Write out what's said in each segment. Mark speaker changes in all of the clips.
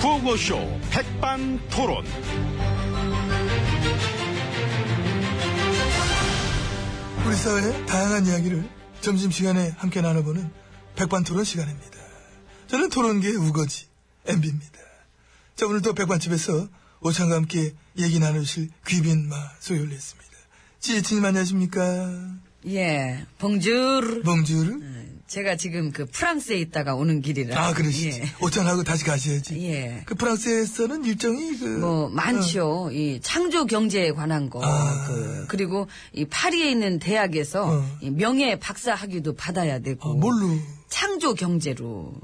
Speaker 1: 구호쇼 백반토론.
Speaker 2: 우리 사회의 다양한 이야기를 점심시간에 함께 나눠보는 백반토론 시간입니다. 저는 토론계의 우거지 MB입니다. 자 오늘도 백반집에서 오찬과 함께 얘기 나누실 귀빈 마 소유올렸습니다. 지혜진님 안녕하십니까?
Speaker 3: 예, 봉주르.
Speaker 2: 봉주르?
Speaker 3: 제가 지금 그 프랑스에 있다가 오는 길이라.
Speaker 2: 아 그러시지.
Speaker 3: 예.
Speaker 2: 오찬하고 다시 가셔야지.
Speaker 3: 예.
Speaker 2: 그 프랑스에서는 일정이 그
Speaker 3: 뭐 많죠. 이 창조 경제에 관한 거.
Speaker 2: 어. 아.
Speaker 3: 그, 그리고 이 파리에 있는 대학에서
Speaker 2: 어.
Speaker 3: 이 명예 박사 학위도 받아야 되고.
Speaker 2: 어, 뭘로? 아.
Speaker 3: 창조 경제로.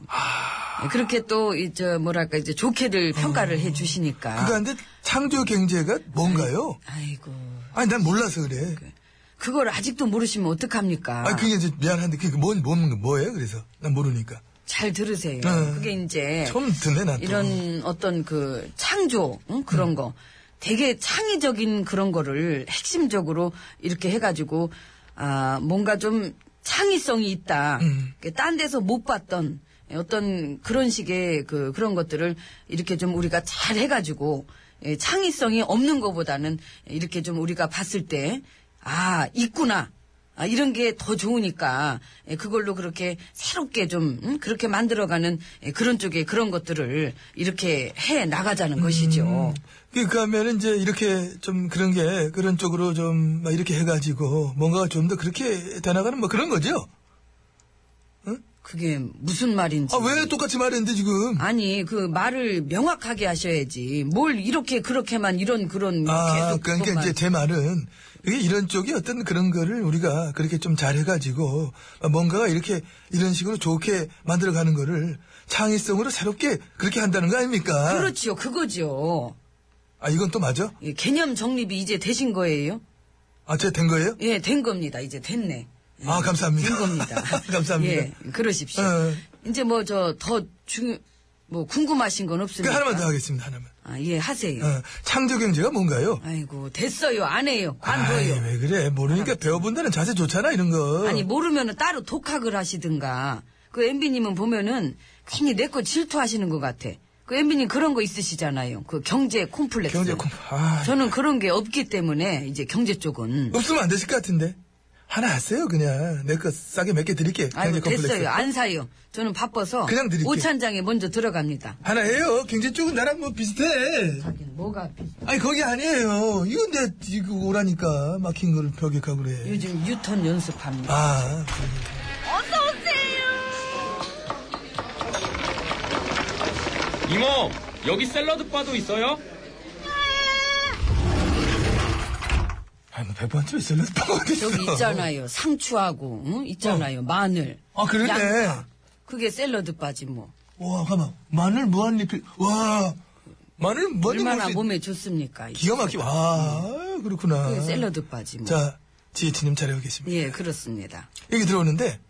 Speaker 3: 예, 그렇게 또, 이, 저, 뭐랄까, 이제 좋게들 평가를 해 주시니까.
Speaker 2: 어. 그거 한데 창조 경제가 뭔가요?
Speaker 3: 아이고.
Speaker 2: 아니 난 몰라서 그래.
Speaker 3: 네. 그걸 아직도 모르시면 어떡합니까?
Speaker 2: 아니 그게 이제 미안한데 그게 뭔, 뭔 뭐예요? 그래서 난 모르니까.
Speaker 3: 잘 들으세요.
Speaker 2: 네.
Speaker 3: 그게 이제.
Speaker 2: 처음 듣네 나 또.
Speaker 3: 이런 어떤 그 창조 응? 그런 거 되게 창의적인 그런 거를 핵심적으로 이렇게 해가지고 아 뭔가 좀 창의성이 있다
Speaker 2: 음.
Speaker 3: 그 딴 데서 못 봤던 어떤 그런 식의 그 그런 것들을 이렇게 좀 우리가 잘 해가지고 예, 창의성이 없는 것보다는 이렇게 좀 우리가 봤을 때 아 있구나 아, 이런 게 더 좋으니까 예, 그걸로 그렇게 새롭게 좀 음, 그렇게 만들어가는 예, 그런 쪽에 그런 것들을 이렇게 해 나가자는
Speaker 2: 음.
Speaker 3: 것이죠.
Speaker 2: 그러니까 하면은 이제 이렇게 좀 그런 게 그런 쪽으로 좀 막 이렇게 해가지고 뭔가 좀 더 그렇게 되나가는 뭐 그런 거죠.
Speaker 3: 그게 무슨 말인지.
Speaker 2: 아 왜 똑같이 말했는데 지금?
Speaker 3: 아니 그 말을 명확하게 하셔야지. 뭘 이렇게 그렇게만 이런 그런
Speaker 2: 아
Speaker 3: 계속
Speaker 2: 그러니까
Speaker 3: 그것만.
Speaker 2: 이제 제 말은 이게 이런 쪽이 어떤 그런 거를 우리가 그렇게 좀 잘해가지고 뭔가가 이렇게 이런 식으로 좋게 만들어가는 거를 창의성으로 새롭게 그렇게 한다는 거 아닙니까?
Speaker 3: 그렇지요 그거죠.
Speaker 2: 아 이건 또 맞아?
Speaker 3: 예, 개념 정립이 이제 되신 거예요?
Speaker 2: 아 제가 된 거예요?
Speaker 3: 예, 된 겁니다. 이제 됐네. 예,
Speaker 2: 아, 감사합니다.
Speaker 3: 된 겁니다.
Speaker 2: 감사합니다.
Speaker 3: 예, 그러십시오.
Speaker 2: 어.
Speaker 3: 이제 뭐 저 더 중요 뭐 궁금하신 건
Speaker 2: 그
Speaker 3: 없습니까?
Speaker 2: 하나만 더 하겠습니다 하나만.
Speaker 3: 아, 예, 하세요.
Speaker 2: 어, 창조 경제가 뭔가요?
Speaker 3: 아이고, 됐어요. 안 해요.
Speaker 2: 아이, 예,
Speaker 3: 관둬요.
Speaker 2: 왜 그래? 모르니까 배워본다는 자세 좋잖아, 이런 거.
Speaker 3: 아니, 모르면은 따로 독학을 하시든가. 그 MB님은 보면은 괜히 내 거 질투하시는 것 같아. 그 MB님 그런 거 있으시잖아요. 그 경제 콤플렉스.
Speaker 2: 경제 콤, 아.
Speaker 3: 뭐, 저는 그런 게 없기 때문에 이제 경제 쪽은.
Speaker 2: 없으면 안 되실 것 같은데. 하나 하세요, 그냥. 내 거 싸게 몇 개 드릴게. 경제
Speaker 3: 아이고,
Speaker 2: 콤플렉스.
Speaker 3: 됐어요. 안 사요. 저는 바빠서.
Speaker 2: 그냥 드릴게요.
Speaker 3: 오찬장에 먼저 들어갑니다.
Speaker 2: 하나 해요. 경제 쪽은 나랑 뭐 비슷해.
Speaker 3: 하긴 뭐가 비-
Speaker 2: 아니, 거기 아니에요. 이건 내, 이거 오라니까. 막힌 거를 벽격하고 그래.
Speaker 3: 요즘 유턴 연습합니다.
Speaker 2: 아,
Speaker 4: 이모, 여기 샐러드 바도 있어요?
Speaker 2: 아니, 뭐, 백반집에 샐러드 빵 어디 있어?
Speaker 3: 저기 있잖아요. 상추하고, 응? 있잖아요. 마늘.
Speaker 2: 아, 그러네.
Speaker 3: 양파. 그게 샐러드 바지 뭐.
Speaker 2: 와, 가만. 마늘 무한리필. 와. 마늘 무한리필.
Speaker 3: 얼마나
Speaker 2: 혹시
Speaker 3: 몸에 좋습니까? 이게.
Speaker 2: 기가 막히고. 아, 그렇구나.
Speaker 3: 그게 샐러드 바지 뭐.
Speaker 2: 자, 지혜진님 잘해오겠습니다
Speaker 3: 예, 그렇습니다.
Speaker 2: 여기 들어오는데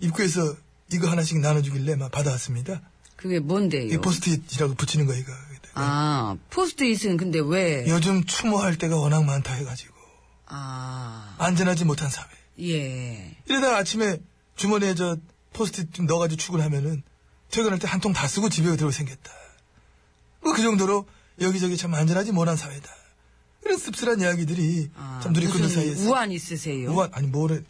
Speaker 2: 입구에서 이거 하나씩 나눠주길래 막 받아왔습니다.
Speaker 3: 그게
Speaker 2: 이
Speaker 3: 뭔데요?
Speaker 2: 포스트잇이라고 붙이는 거 이거.
Speaker 3: 아, 예. 포스트잇은 근데 왜?
Speaker 2: 요즘 추모할 때가 워낙 많다 해가지고
Speaker 3: 아,
Speaker 2: 안전하지 못한 사회.
Speaker 3: 예.
Speaker 2: 이러다 아침에 주머니에 저 포스트잇 좀 넣어가지고 출근하면은 퇴근할 때 한 통 다 쓰고 집에 들어올 생겼다. 뭐 그 정도로 여기저기 참 안전하지 못한 사회다. 이런 씁쓸한 이야기들이
Speaker 3: 아,
Speaker 2: 참 눈이 굳는
Speaker 3: 무슨
Speaker 2: 사이에
Speaker 3: 우환 있으세요?
Speaker 2: 우한 아니 뭐래?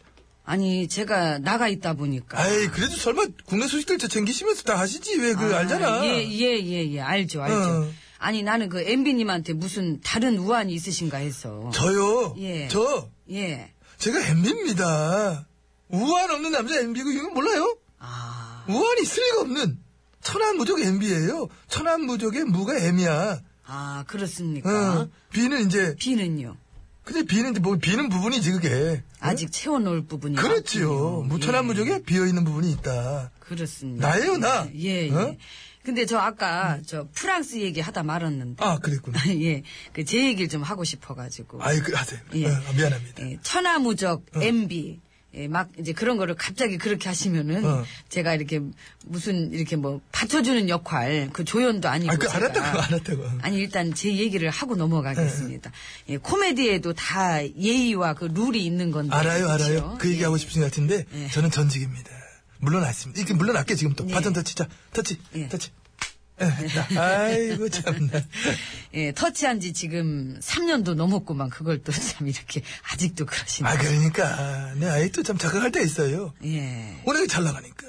Speaker 3: 아니, 제가 나가 있다 보니까.
Speaker 2: 아이 그래도 설마 국내 소식들 저 챙기시면서 다 하시지 왜 그
Speaker 3: 아,
Speaker 2: 알잖아.
Speaker 3: 예, 예, 예, 예. 알죠, 알죠.
Speaker 2: 어.
Speaker 3: 아니, 나는 그 MB님한테 무슨 다른 우환이 있으신가 해서.
Speaker 2: 저요.
Speaker 3: 예.
Speaker 2: 저
Speaker 3: 예.
Speaker 2: 제가 엠비입니다. 우한 없는 남자 엠비고 이건 몰라요?
Speaker 3: 아,
Speaker 2: 우한이 있을 리가 없는 천안무적 엠비예요. 천안무적의 무가 엠이야.
Speaker 3: 아, 그렇습니까?
Speaker 2: 어, 비는 이제
Speaker 3: 비는요?
Speaker 2: 근데 비는 이제 뭐 비는 부분이지 그게.
Speaker 3: 아직 채워놓을 부분이.
Speaker 2: 그렇지요.
Speaker 3: 많군요. 예,
Speaker 2: 무 천안무적에 비어 있는 부분이 있다.
Speaker 3: 그렇습니다.
Speaker 2: 나예요, 나.
Speaker 3: 예, 예.
Speaker 2: 어?
Speaker 3: 근데 저 아까 저 프랑스 얘기 하다 말았는데.
Speaker 2: 아 그랬구나.
Speaker 3: 예. 그 제 얘기를 좀 하고 싶어가지고.
Speaker 2: 아이 그 하세요.
Speaker 3: 예.
Speaker 2: 어, 아, 미안합니다. 어.
Speaker 3: 예, 천하무적 MB 예, 막 이제 그런 거를 갑자기 그렇게 하시면은
Speaker 2: 어.
Speaker 3: 제가 이렇게 무슨 이렇게 뭐 받쳐주는 역할 그 조연도 아니고
Speaker 2: 아, 그
Speaker 3: 제가.
Speaker 2: 알았다고, 알았다고.
Speaker 3: 아니 일단 제 얘기를 하고 넘어가겠습니다. 예, 코미디에도 다 예의와 그 룰이 있는 건데
Speaker 2: 알아요, 알아요.
Speaker 3: 그렇죠?
Speaker 2: 그 얘기
Speaker 3: 예.
Speaker 2: 하고 싶으신 것 같은데
Speaker 3: 예.
Speaker 2: 저는 전직입니다. 물러났습니다. 이렇게 물러났게 지금 또
Speaker 3: 예.
Speaker 2: 바전 터치 자 터치
Speaker 3: 예.
Speaker 2: 터치. 아이고, 참나.
Speaker 3: 예, 터치한 지 지금 3년도 넘었구만. 그걸 또 참 이렇게 아직도 그러시네.
Speaker 2: 아, 그러니까. 내 아이 또 참 착각할 때 있어요.
Speaker 3: 예.
Speaker 2: 워낙에 잘 나가니까.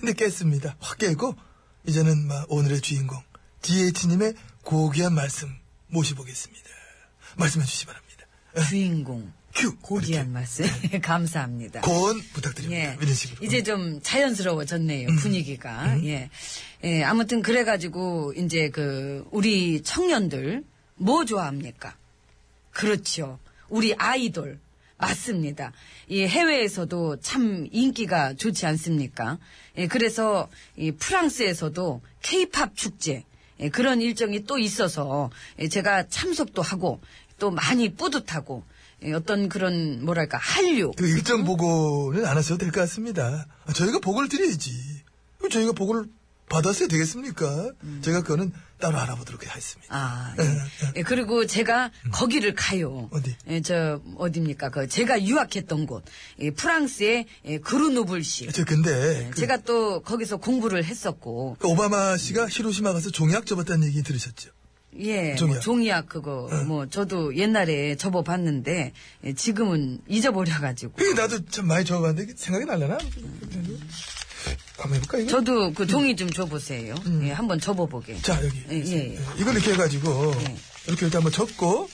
Speaker 2: 근데 깼습니다. 확 깨고, 이제는 막 오늘의 주인공, GH님의 고귀한 말씀 모셔보겠습니다. 말씀해 주시 바랍니다.
Speaker 3: 주인공.
Speaker 2: 큐!
Speaker 3: 고귀한 말씀. 감사합니다.
Speaker 2: 고언 부탁드립니다.
Speaker 3: 예.
Speaker 2: 이런 식으로. 음.
Speaker 3: 이제 좀 자연스러워졌네요, 분위기가. 예. 예, 아무튼 그래가지고, 이제 그, 우리 청년들, 뭐 좋아합니까? 그렇죠. 우리 아이돌. 맞습니다. 이 해외에서도 참 인기가 좋지 않습니까? 예, 그래서 이 프랑스에서도 케이팝 축제 예, 그런 일정이 또 있어서 예, 제가 참석도 하고 또 많이 뿌듯하고 예, 어떤 그런 뭐랄까 한류
Speaker 2: 그 일정 보고는 안 하셔도 될 것 같습니다. 아, 저희가 보고를 드려야지. 그럼 저희가 보고를 받았어야 되겠습니까? 저희가 그거는 따로 알아보도록 하겠습니다.
Speaker 3: 음. 아,
Speaker 2: 예,
Speaker 3: 예. 예, 그리고 제가 거기를 가요.
Speaker 2: 어디?
Speaker 3: 예, 저, 어딥니까? 그, 제가 유학했던 곳. 예, 프랑스의 예, 그루노블시. 예,
Speaker 2: 저 근데 그,
Speaker 3: 네, 제가 또 거기서 공부를 했었고,
Speaker 2: 그 오바마 씨가 히로시마 가서 종약 접었다는 얘기 들으셨죠?
Speaker 3: 예, 뭐
Speaker 2: 종이학. 예.
Speaker 3: 종이학 그거, 뭐, 저도 옛날에 접어봤는데, 예, 지금은 잊어버려가지고.
Speaker 2: 그게 나도 참 많이 접어봤는데 생각이 날라나? 한번 해볼까 이거?
Speaker 3: 저도 그 종이 좀 줘보세요. 예, 한번 접어보게.
Speaker 2: 음. 자 여기
Speaker 3: 예, 예, 예.
Speaker 2: 이걸 이렇게 해가지고 이렇게 일단 한번 접고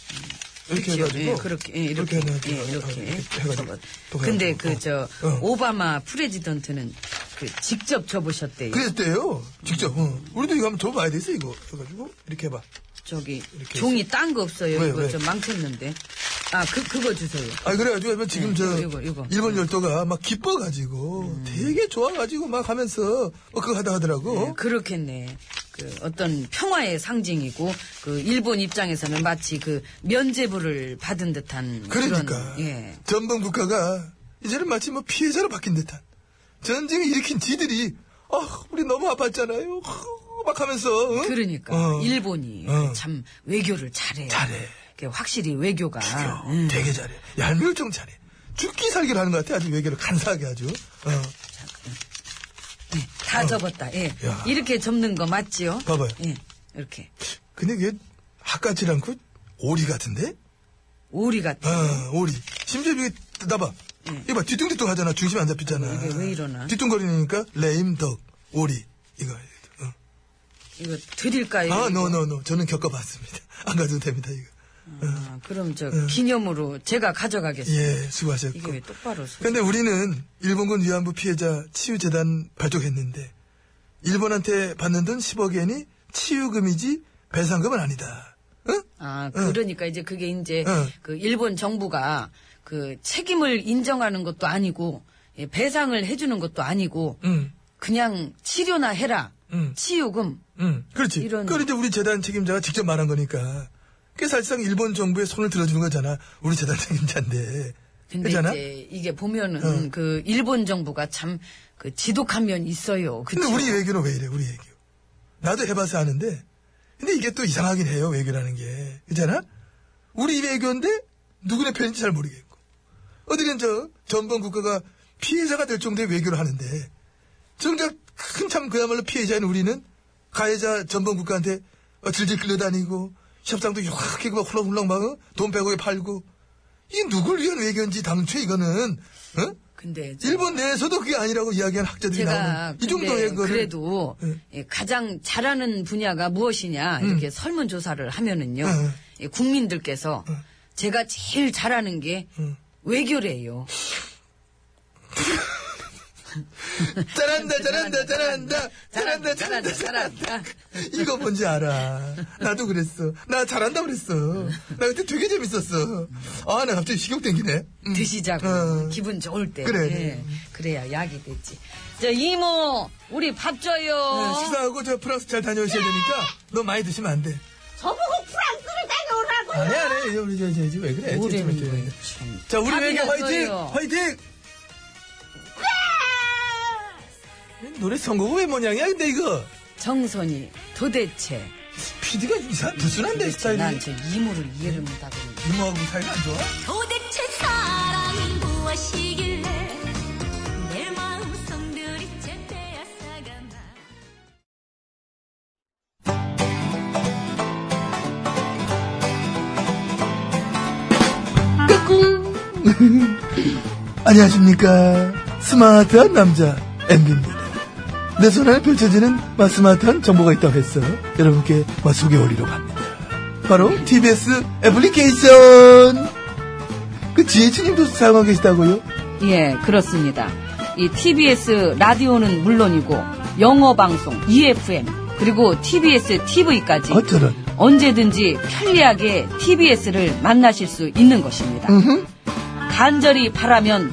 Speaker 2: 이렇게
Speaker 3: 그렇죠.
Speaker 2: 해가지고
Speaker 3: 예, 그렇게, 예, 이렇게,
Speaker 2: 해가지고, 어, 아,
Speaker 3: 예, 이렇게,
Speaker 2: 해가지고
Speaker 3: 접어.
Speaker 2: 또
Speaker 3: 근데
Speaker 2: 해가지고.
Speaker 3: 그, 저,
Speaker 2: 어. 어.
Speaker 3: 오바마 프레지던트는 그 직접 접으셨대요.
Speaker 2: 그랬대요. 직접. 어. 우리도 이거 한번 접어봐야 돼어 이거. 그래가지고 이렇게 해봐.
Speaker 3: 저기
Speaker 2: 이렇게
Speaker 3: 종이 딴 거 없어요.
Speaker 2: 왜,
Speaker 3: 이거
Speaker 2: 왜?
Speaker 3: 좀 망쳤는데. 아, 그 그거 주세요.
Speaker 2: 아 그래가지고 하면 지금
Speaker 3: 네,
Speaker 2: 저
Speaker 3: 이거, 이거, 이거.
Speaker 2: 일본 열도가 막 기뻐가지고 되게 좋아가지고 막 하면서 뭐 그거 하다 하더라고.
Speaker 3: 네, 그렇겠네. 그 어떤 평화의 상징이고 그 일본 입장에서는 마치 그 면제부를 받은 듯한
Speaker 2: 그러니까
Speaker 3: 런 예.
Speaker 2: 전범 국가가 이제는 마치 뭐 피해자로 바뀐 듯한 전쟁을 일으킨 지들이 아 우리 너무 아팠잖아요. 아, 막 하면서 응?
Speaker 3: 그러니까
Speaker 2: 어.
Speaker 3: 일본이
Speaker 2: 어.
Speaker 3: 참 외교를 잘해요.
Speaker 2: 잘해.
Speaker 3: 그게 확실히 외교가
Speaker 2: 야,
Speaker 3: 음.
Speaker 2: 아, 되게 잘해. 얄멸종 잘해. 죽기 살기로 하는 것 같아. 아주 외교를 간사하게 아주. 어.
Speaker 3: 네, 다 접었다. 예.
Speaker 2: 야.
Speaker 3: 이렇게 접는 거 맞지요?
Speaker 2: 봐봐요.
Speaker 3: 예. 이렇게
Speaker 2: 근데 그게 아까지 않고 오리 같은데?
Speaker 3: 오리 같은.
Speaker 2: 아, 오리. 심지어 이게, 나봐. 이거 봐, 뒤뚱뒤뚱 하잖아. 중심 안 잡히잖아.
Speaker 3: 예. 아이고, 이게 왜 이러나?
Speaker 2: 뒤뚱거리니까, 레임, 덕, 오리. 이거. 어.
Speaker 3: 이거 드릴까요?
Speaker 2: 아,
Speaker 3: 이거?
Speaker 2: 노, 노, 노. 저는 겪어봤습니다. 안 가도 됩니다, 이거.
Speaker 3: 아, 그럼 저
Speaker 2: 어.
Speaker 3: 기념으로 제가 가져가겠습니다.
Speaker 2: 예,
Speaker 3: 이게 왜
Speaker 2: 수고하셨고.
Speaker 3: 똑바로 서
Speaker 2: 근데 우리는 일본군 위안부 피해자 치유재단 발족했는데, 일본한테 받는 돈 10억엔이 치유금이지 배상금은 아니다. 응?
Speaker 3: 아, 그러니까 이제 그게 이제
Speaker 2: 응.
Speaker 3: 그 일본 정부가 그 책임을 인정하는 것도 아니고 예, 배상을 해주는 것도 아니고
Speaker 2: 응,
Speaker 3: 그냥 치료나 해라.
Speaker 2: 응.
Speaker 3: 치유금.
Speaker 2: 응. 그렇지.
Speaker 3: 이런-
Speaker 2: 그걸 이제 우리 재단 책임자가 직접 말한 거니까. 그게 사실상 일본 정부의 손을 들어주는 거잖아. 우리 재단 책임자인데.
Speaker 3: 근데
Speaker 2: 그잖아?
Speaker 3: 이제 이게 보면은 그 일본 정부가 참 그 지독한 면이 있어요. 그쵸?
Speaker 2: 근데 우리 외교는 왜 이래, 우리 외교. 나도 해봐서 아는데, 근데 이게 또 이상하긴 해요, 외교라는 게. 그잖아? 우리 외교인데, 누구네 편인지 잘 모르겠고. 어떻게 저, 전범 국가가 피해자가 될 정도의 외교를 하는데, 정작 큰참 그야말로 피해자인 우리는 가해자 전범 국가한테 어, 질질 끌려다니고, 협상도 요렇게 막 훌렁훌렁 막, 어? 돈 100억에 팔고, 이게 누굴 위한 외교인지 당초에 이거는, 어?
Speaker 3: 근데 저-
Speaker 2: 일본 내에서도 그게 아니라고 이야기한 학자들이
Speaker 3: 제가
Speaker 2: 나오는 이 정도의
Speaker 3: 근데
Speaker 2: 거를
Speaker 3: 그래도
Speaker 2: 예. 음.
Speaker 3: 예, 가장 잘하는 분야가 무엇이냐 이렇게 설문 조사를 하면은요
Speaker 2: 응.
Speaker 3: 예, 국민들께서
Speaker 2: 음.
Speaker 3: 제가 제일 잘하는 게 외교래요.
Speaker 2: 잘한다 잘한다 잘한다 잘한다 잘한다
Speaker 3: 잘한다.
Speaker 2: 이거 뭔지 알아 나도 그랬어 나 잘한다 그랬어 나 그때 되게 재밌었어 아 나 갑자기 식욕 땡기네 음.
Speaker 3: 드시자고
Speaker 2: 어.
Speaker 3: 기분 좋을 때
Speaker 2: 그래,
Speaker 3: 예,
Speaker 2: 그래.
Speaker 3: 그래야 약이 되지. 저 이모 우리 밥 줘요.
Speaker 2: 네, 식사하고 저 프랑스 잘 다녀오셔야 되니까 너 많이 드시면 안돼
Speaker 5: 저보고 프랑스를 다녀오라고.
Speaker 2: 안해 안해 우리 저, 저, 저, 왜 그래 좀 이따
Speaker 3: 뭐라는 거예요,
Speaker 2: 얘기해.
Speaker 3: 참.
Speaker 2: 자 우리
Speaker 3: 밥이
Speaker 2: 외교 화이팅
Speaker 3: 났어요.
Speaker 2: 화이팅 노래 선곡은 왜 뭐냐냐 근데 이거
Speaker 3: 정선이 도대체
Speaker 2: PD가 이상 불순한데 스타일이
Speaker 3: 난저 이모를 이해를 못하고.
Speaker 2: 이모하고 사이가 안 좋아?
Speaker 5: 도대체 사랑은 무엇이길래 내 마음 성들이 잼태야 사가나.
Speaker 2: 안녕하십니까. 스마트한 남자, MB입니다. 내 손안에 펼쳐지는 맛 스마트한 정보가 있다고 해서 여러분께 맛 소개해드리려고 합니다. 바로 TBS 애플리케이션! 그 지혜진님도 사용하고 계시다고요?
Speaker 3: 예, 그렇습니다. 이 TBS 라디오는 물론이고 영어 방송, EFM, 그리고 TBS TV까지
Speaker 2: 어쩌면.
Speaker 3: 언제든지 편리하게 TBS를 만나실 수 있는 것입니다. 간절히 바라면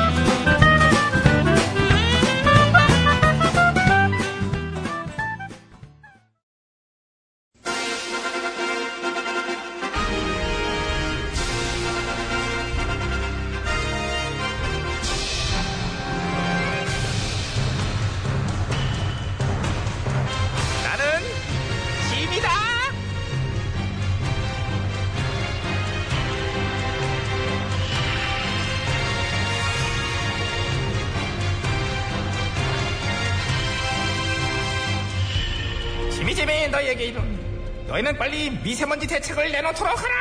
Speaker 1: 나는 짐이다. 짐이 짐이 너희에게 이름. 너희는 빨리 미세먼지 대책을 내놓도록 하라.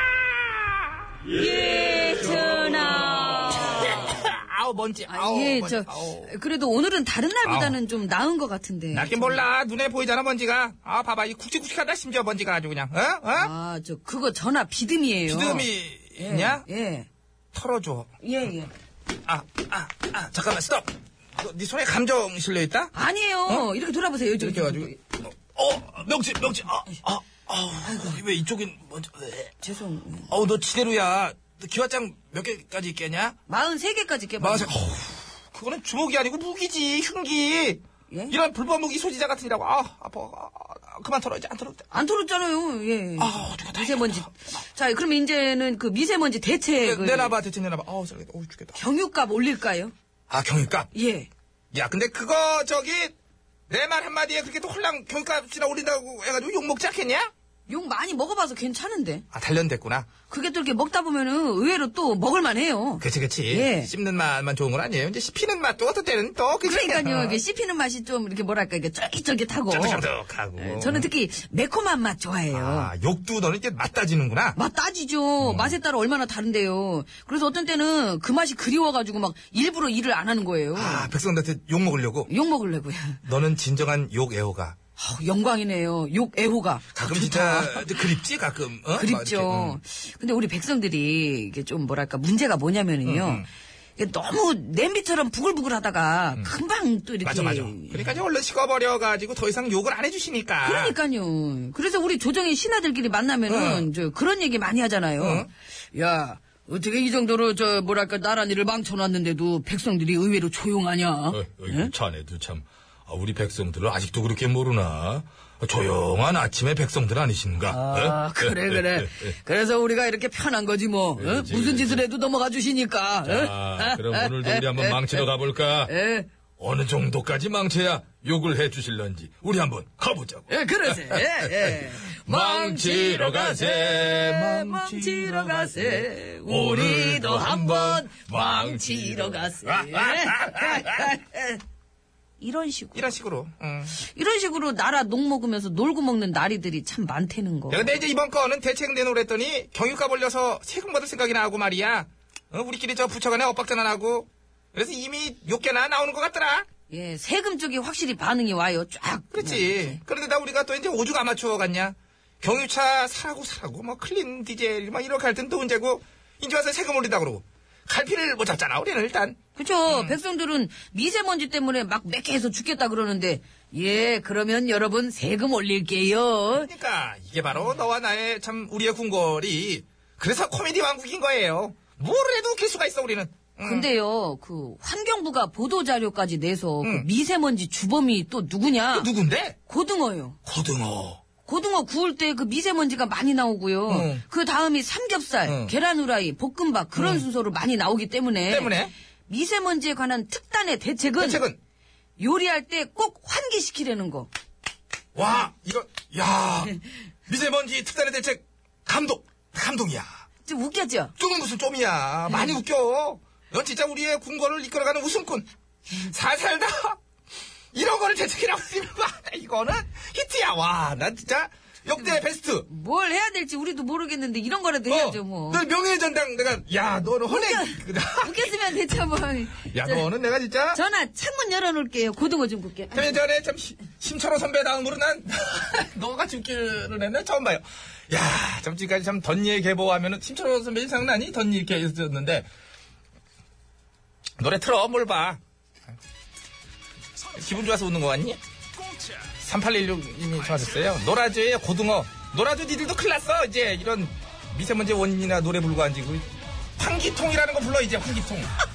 Speaker 1: 아우 먼지. 아우
Speaker 3: 예,
Speaker 1: 먼지.
Speaker 3: 저
Speaker 1: 아우.
Speaker 3: 그래도 오늘은 다른 날보다는 좀 나은 것 같은데.
Speaker 1: 낫긴 몰라. 눈에 보이잖아 먼지가. 아 봐봐 이 굵직굵직하다 심지어 먼지가 아주 그냥. 어? 어?
Speaker 3: 아, 저 그거 전화 비듬이에요.
Speaker 1: 비듬이냐?
Speaker 3: 예,
Speaker 1: 털어줘.
Speaker 3: 예, 예.
Speaker 1: 아, 아, 아, 잠깐만, 스톱. 너, 네 손에 감정 실려 있다?
Speaker 3: 아니에요. 이렇게 돌아보세요. 저,
Speaker 1: 어? 이렇게 해가지고. 어, 명치, 명치. 아, 아, 아우, 왜 이쪽엔 먼저? 왜?
Speaker 3: 죄송. 예.
Speaker 1: 어우, 너 지대로야. 너 기와장 몇 개까지 있겠냐?
Speaker 3: 43개까지 깨봐.
Speaker 1: 마세, 어우, 그거는 주먹이 아니고 무기지, 흉기.
Speaker 3: 예?
Speaker 1: 이런 불법 무기 소지자 같은 이라고. 아, 아파. 아, 아, 그만 털어 이제 안 털어도 돼.
Speaker 3: 안 털었잖아요. 예.
Speaker 1: 아, 어떡해, 다행이다.
Speaker 3: 미세먼지. 자, 그럼 이제는 그 미세먼지
Speaker 1: 네, 내-
Speaker 3: 대책을
Speaker 1: 내놔봐, 대체 내놔봐. 어우, 살겠다. 어우, 죽겠다.
Speaker 3: 경유값 올릴까요?
Speaker 1: 아, 경유값.
Speaker 3: 예.
Speaker 1: 야, 근데 그거 저기 내 말 한마디에 그렇게 또 홀랑 경값이나 올린다고 해가지고 욕 먹지 않겠냐?
Speaker 3: 욕 많이 먹어봐서 괜찮은데.
Speaker 1: 아, 단련됐구나.
Speaker 3: 그게 또 이렇게 먹다 보면은 의외로 또 먹을만 해요.
Speaker 1: 그치, 그치.
Speaker 3: 예.
Speaker 1: 씹는 맛만 좋은 건 아니에요. 이제 씹히는 맛도 어떨 때는 또, 그치?
Speaker 3: 그러니까요.
Speaker 1: 어.
Speaker 3: 이게 씹히는 맛이 좀 이렇게 뭐랄까, 이게 쫄깃쫄깃하고.
Speaker 1: 쫀득쫀득하고.
Speaker 3: 예, 저는 특히 매콤한 맛 좋아해요.
Speaker 1: 아, 욕도 너는 이제 맛 따지는구나.
Speaker 3: 맛
Speaker 1: 어.
Speaker 3: 따지죠. 맛에 따라 얼마나 다른데요. 그래서 어떤 때는 그 맛이 그리워가지고 막 일부러 일을 안 하는 거예요.
Speaker 1: 아, 백성들한테 욕 먹으려고.
Speaker 3: 욕 먹으려고요.
Speaker 1: 너는 진정한 욕 애호가.
Speaker 3: 아우, 영광이네요. 욕 애호가.
Speaker 1: 가끔
Speaker 3: 아, 좋다.
Speaker 1: 진짜 그립지, 가끔. 어? 막 이렇게, 음.
Speaker 3: 그립죠. 근데 우리 백성들이 이게 좀 뭐랄까 문제가 뭐냐면은요.
Speaker 1: 음,
Speaker 3: 이게 너무 냄비처럼 부글부글 하다가 금방 또
Speaker 1: 음.
Speaker 3: 이렇게.
Speaker 1: 맞아, 맞아.
Speaker 3: 예.
Speaker 1: 그러니까 이제 얼른 식어버려가지고 더 이상 욕을 안 해주시니까.
Speaker 3: 그러니까요. 그래서 우리 조정의 신하들끼리 만나면은
Speaker 6: 어.
Speaker 3: 저 그런 얘기 많이 하잖아요. 야 어떻게 이 정도로 저 뭐랄까 나라 일을 망쳐놨는데도 백성들이 의외로 조용하냐?
Speaker 6: 어,
Speaker 1: 어?
Speaker 3: 예?
Speaker 6: 자네도 참 아, 우리 백성들을 아직도 그렇게 모르나 조용한 아침의 백성들 아니신가? 어?
Speaker 3: 아
Speaker 6: 에?
Speaker 3: 그래 그래.
Speaker 6: 어.
Speaker 3: 그래서 우리가 이렇게 편한 거지 뭐. 어?
Speaker 6: 그렇지,
Speaker 3: 무슨
Speaker 6: 그렇지.
Speaker 3: 짓을 해도 넘어가 주시니까.
Speaker 6: 예, 자, 아, 그럼 오늘도 우리 한번 망치러 가볼까?
Speaker 3: 예.
Speaker 6: 어느 정도까지 망쳐야 욕을 해주실런지 우리 한번 가보자고.
Speaker 3: 예, 그러세. 예, 예.
Speaker 6: 망치러 가세,
Speaker 3: 망치러 가세. 우리도 한번 망치러 가세. 이런 식으로.
Speaker 1: 이런 식으로. 음.
Speaker 3: 이런 식으로 나라 녹 먹으면서 놀고 먹는 나리들이 참 많다는 거.
Speaker 1: 야, 근데 이제 이번 건은 대책 내놓으랬더니 경유값 올려서 세금 받을 생각이나 하고 말이야. 어, 우리끼리 저 부처간에 엇박전안 하고. 그래서 이미 욕개나 나오는 것 같더라.
Speaker 3: 예, 세금 쪽이 확실히 반응이 와요. 쫙.
Speaker 1: 네,
Speaker 3: 뭐.
Speaker 1: 그렇지. 그런데 나 우리가 또 이제 오죽 아마추어 같냐. 경유차 사라고 사라고 뭐 클린 디젤 막 이렇게 할 땐 또 문제고 이제 와서 세금 올린다 그러고 갈피를 못 잡잖아 우리는 일단.
Speaker 3: 그죠? 백성들은 미세먼지 때문에 막 맥해서 죽겠다 그러는데, 예, 그러면 여러분 세금 올릴게요.
Speaker 1: 그러니까 이게 바로 너와 나의 참 우리의 궁궐이 그래서 코미디 왕국인 거예요. 뭐를 해도 웃길 수가 있어 우리는. 음.
Speaker 3: 근데요, 그 환경부가 보도 자료까지 내서 그 미세먼지 주범이 또그 누구냐?
Speaker 1: 누군데?
Speaker 3: 고등어요.
Speaker 1: 고등어.
Speaker 3: 고등어 구울 때 그 미세먼지가 많이 나오고요.
Speaker 1: 음.
Speaker 3: 그 다음이 삼겹살, 계란 후라이, 볶음밥 그런 순서로 많이 나오기 때문에
Speaker 1: 때문에?
Speaker 3: 미세먼지에 관한 특단의 대책은,
Speaker 1: 대책은
Speaker 3: 요리할 때 꼭 환기시키려는 거.
Speaker 1: 와, 이거, 야 미세먼지 특단의 대책, 감독, 감동이야.
Speaker 3: 좀 웃겨죠?
Speaker 7: 좀은 무슨 좀이야.
Speaker 3: 음.
Speaker 7: 많이 웃겨. 넌 진짜 우리의 궁궐을 이끌어가는 웃음꾼. 살살다. 이런 거를 재촉이라고 봐. 이거는 히트야. 와, 난 진짜 역대
Speaker 3: 음.
Speaker 7: 베스트.
Speaker 3: 뭘 해야 될지 우리도 모르겠는데 이런 거라도 해야죠 뭐. 음.
Speaker 7: 넌 명예의 전당 내가 야, 너는 헌액.
Speaker 3: 웃겼으면 됐죠 뭐.
Speaker 7: 야,
Speaker 3: 저,
Speaker 7: 너는 내가 진짜
Speaker 3: 전화 창문 열어놓을게요. 고등어 좀 굽게. 아니,
Speaker 7: 전에 전에 참 시- 심철호 선배 다음으로 난 너가 죽기를 했네 처음 봐요. 야, 참 지금까지 참 던예 개보하면은 심철호 선배 장난이 던예 이렇게 있었는데 노래 틀어 뭘 봐. 기분 좋아서 웃는 거 같니? 3816님이 청하셨어요. 노라조의 고등어. 노라조 니들도 큰일 났어. 이제 이런 미세먼지 원인이나 노래 불과한 지구. 환기통이라는 거 불러 이제 환기통.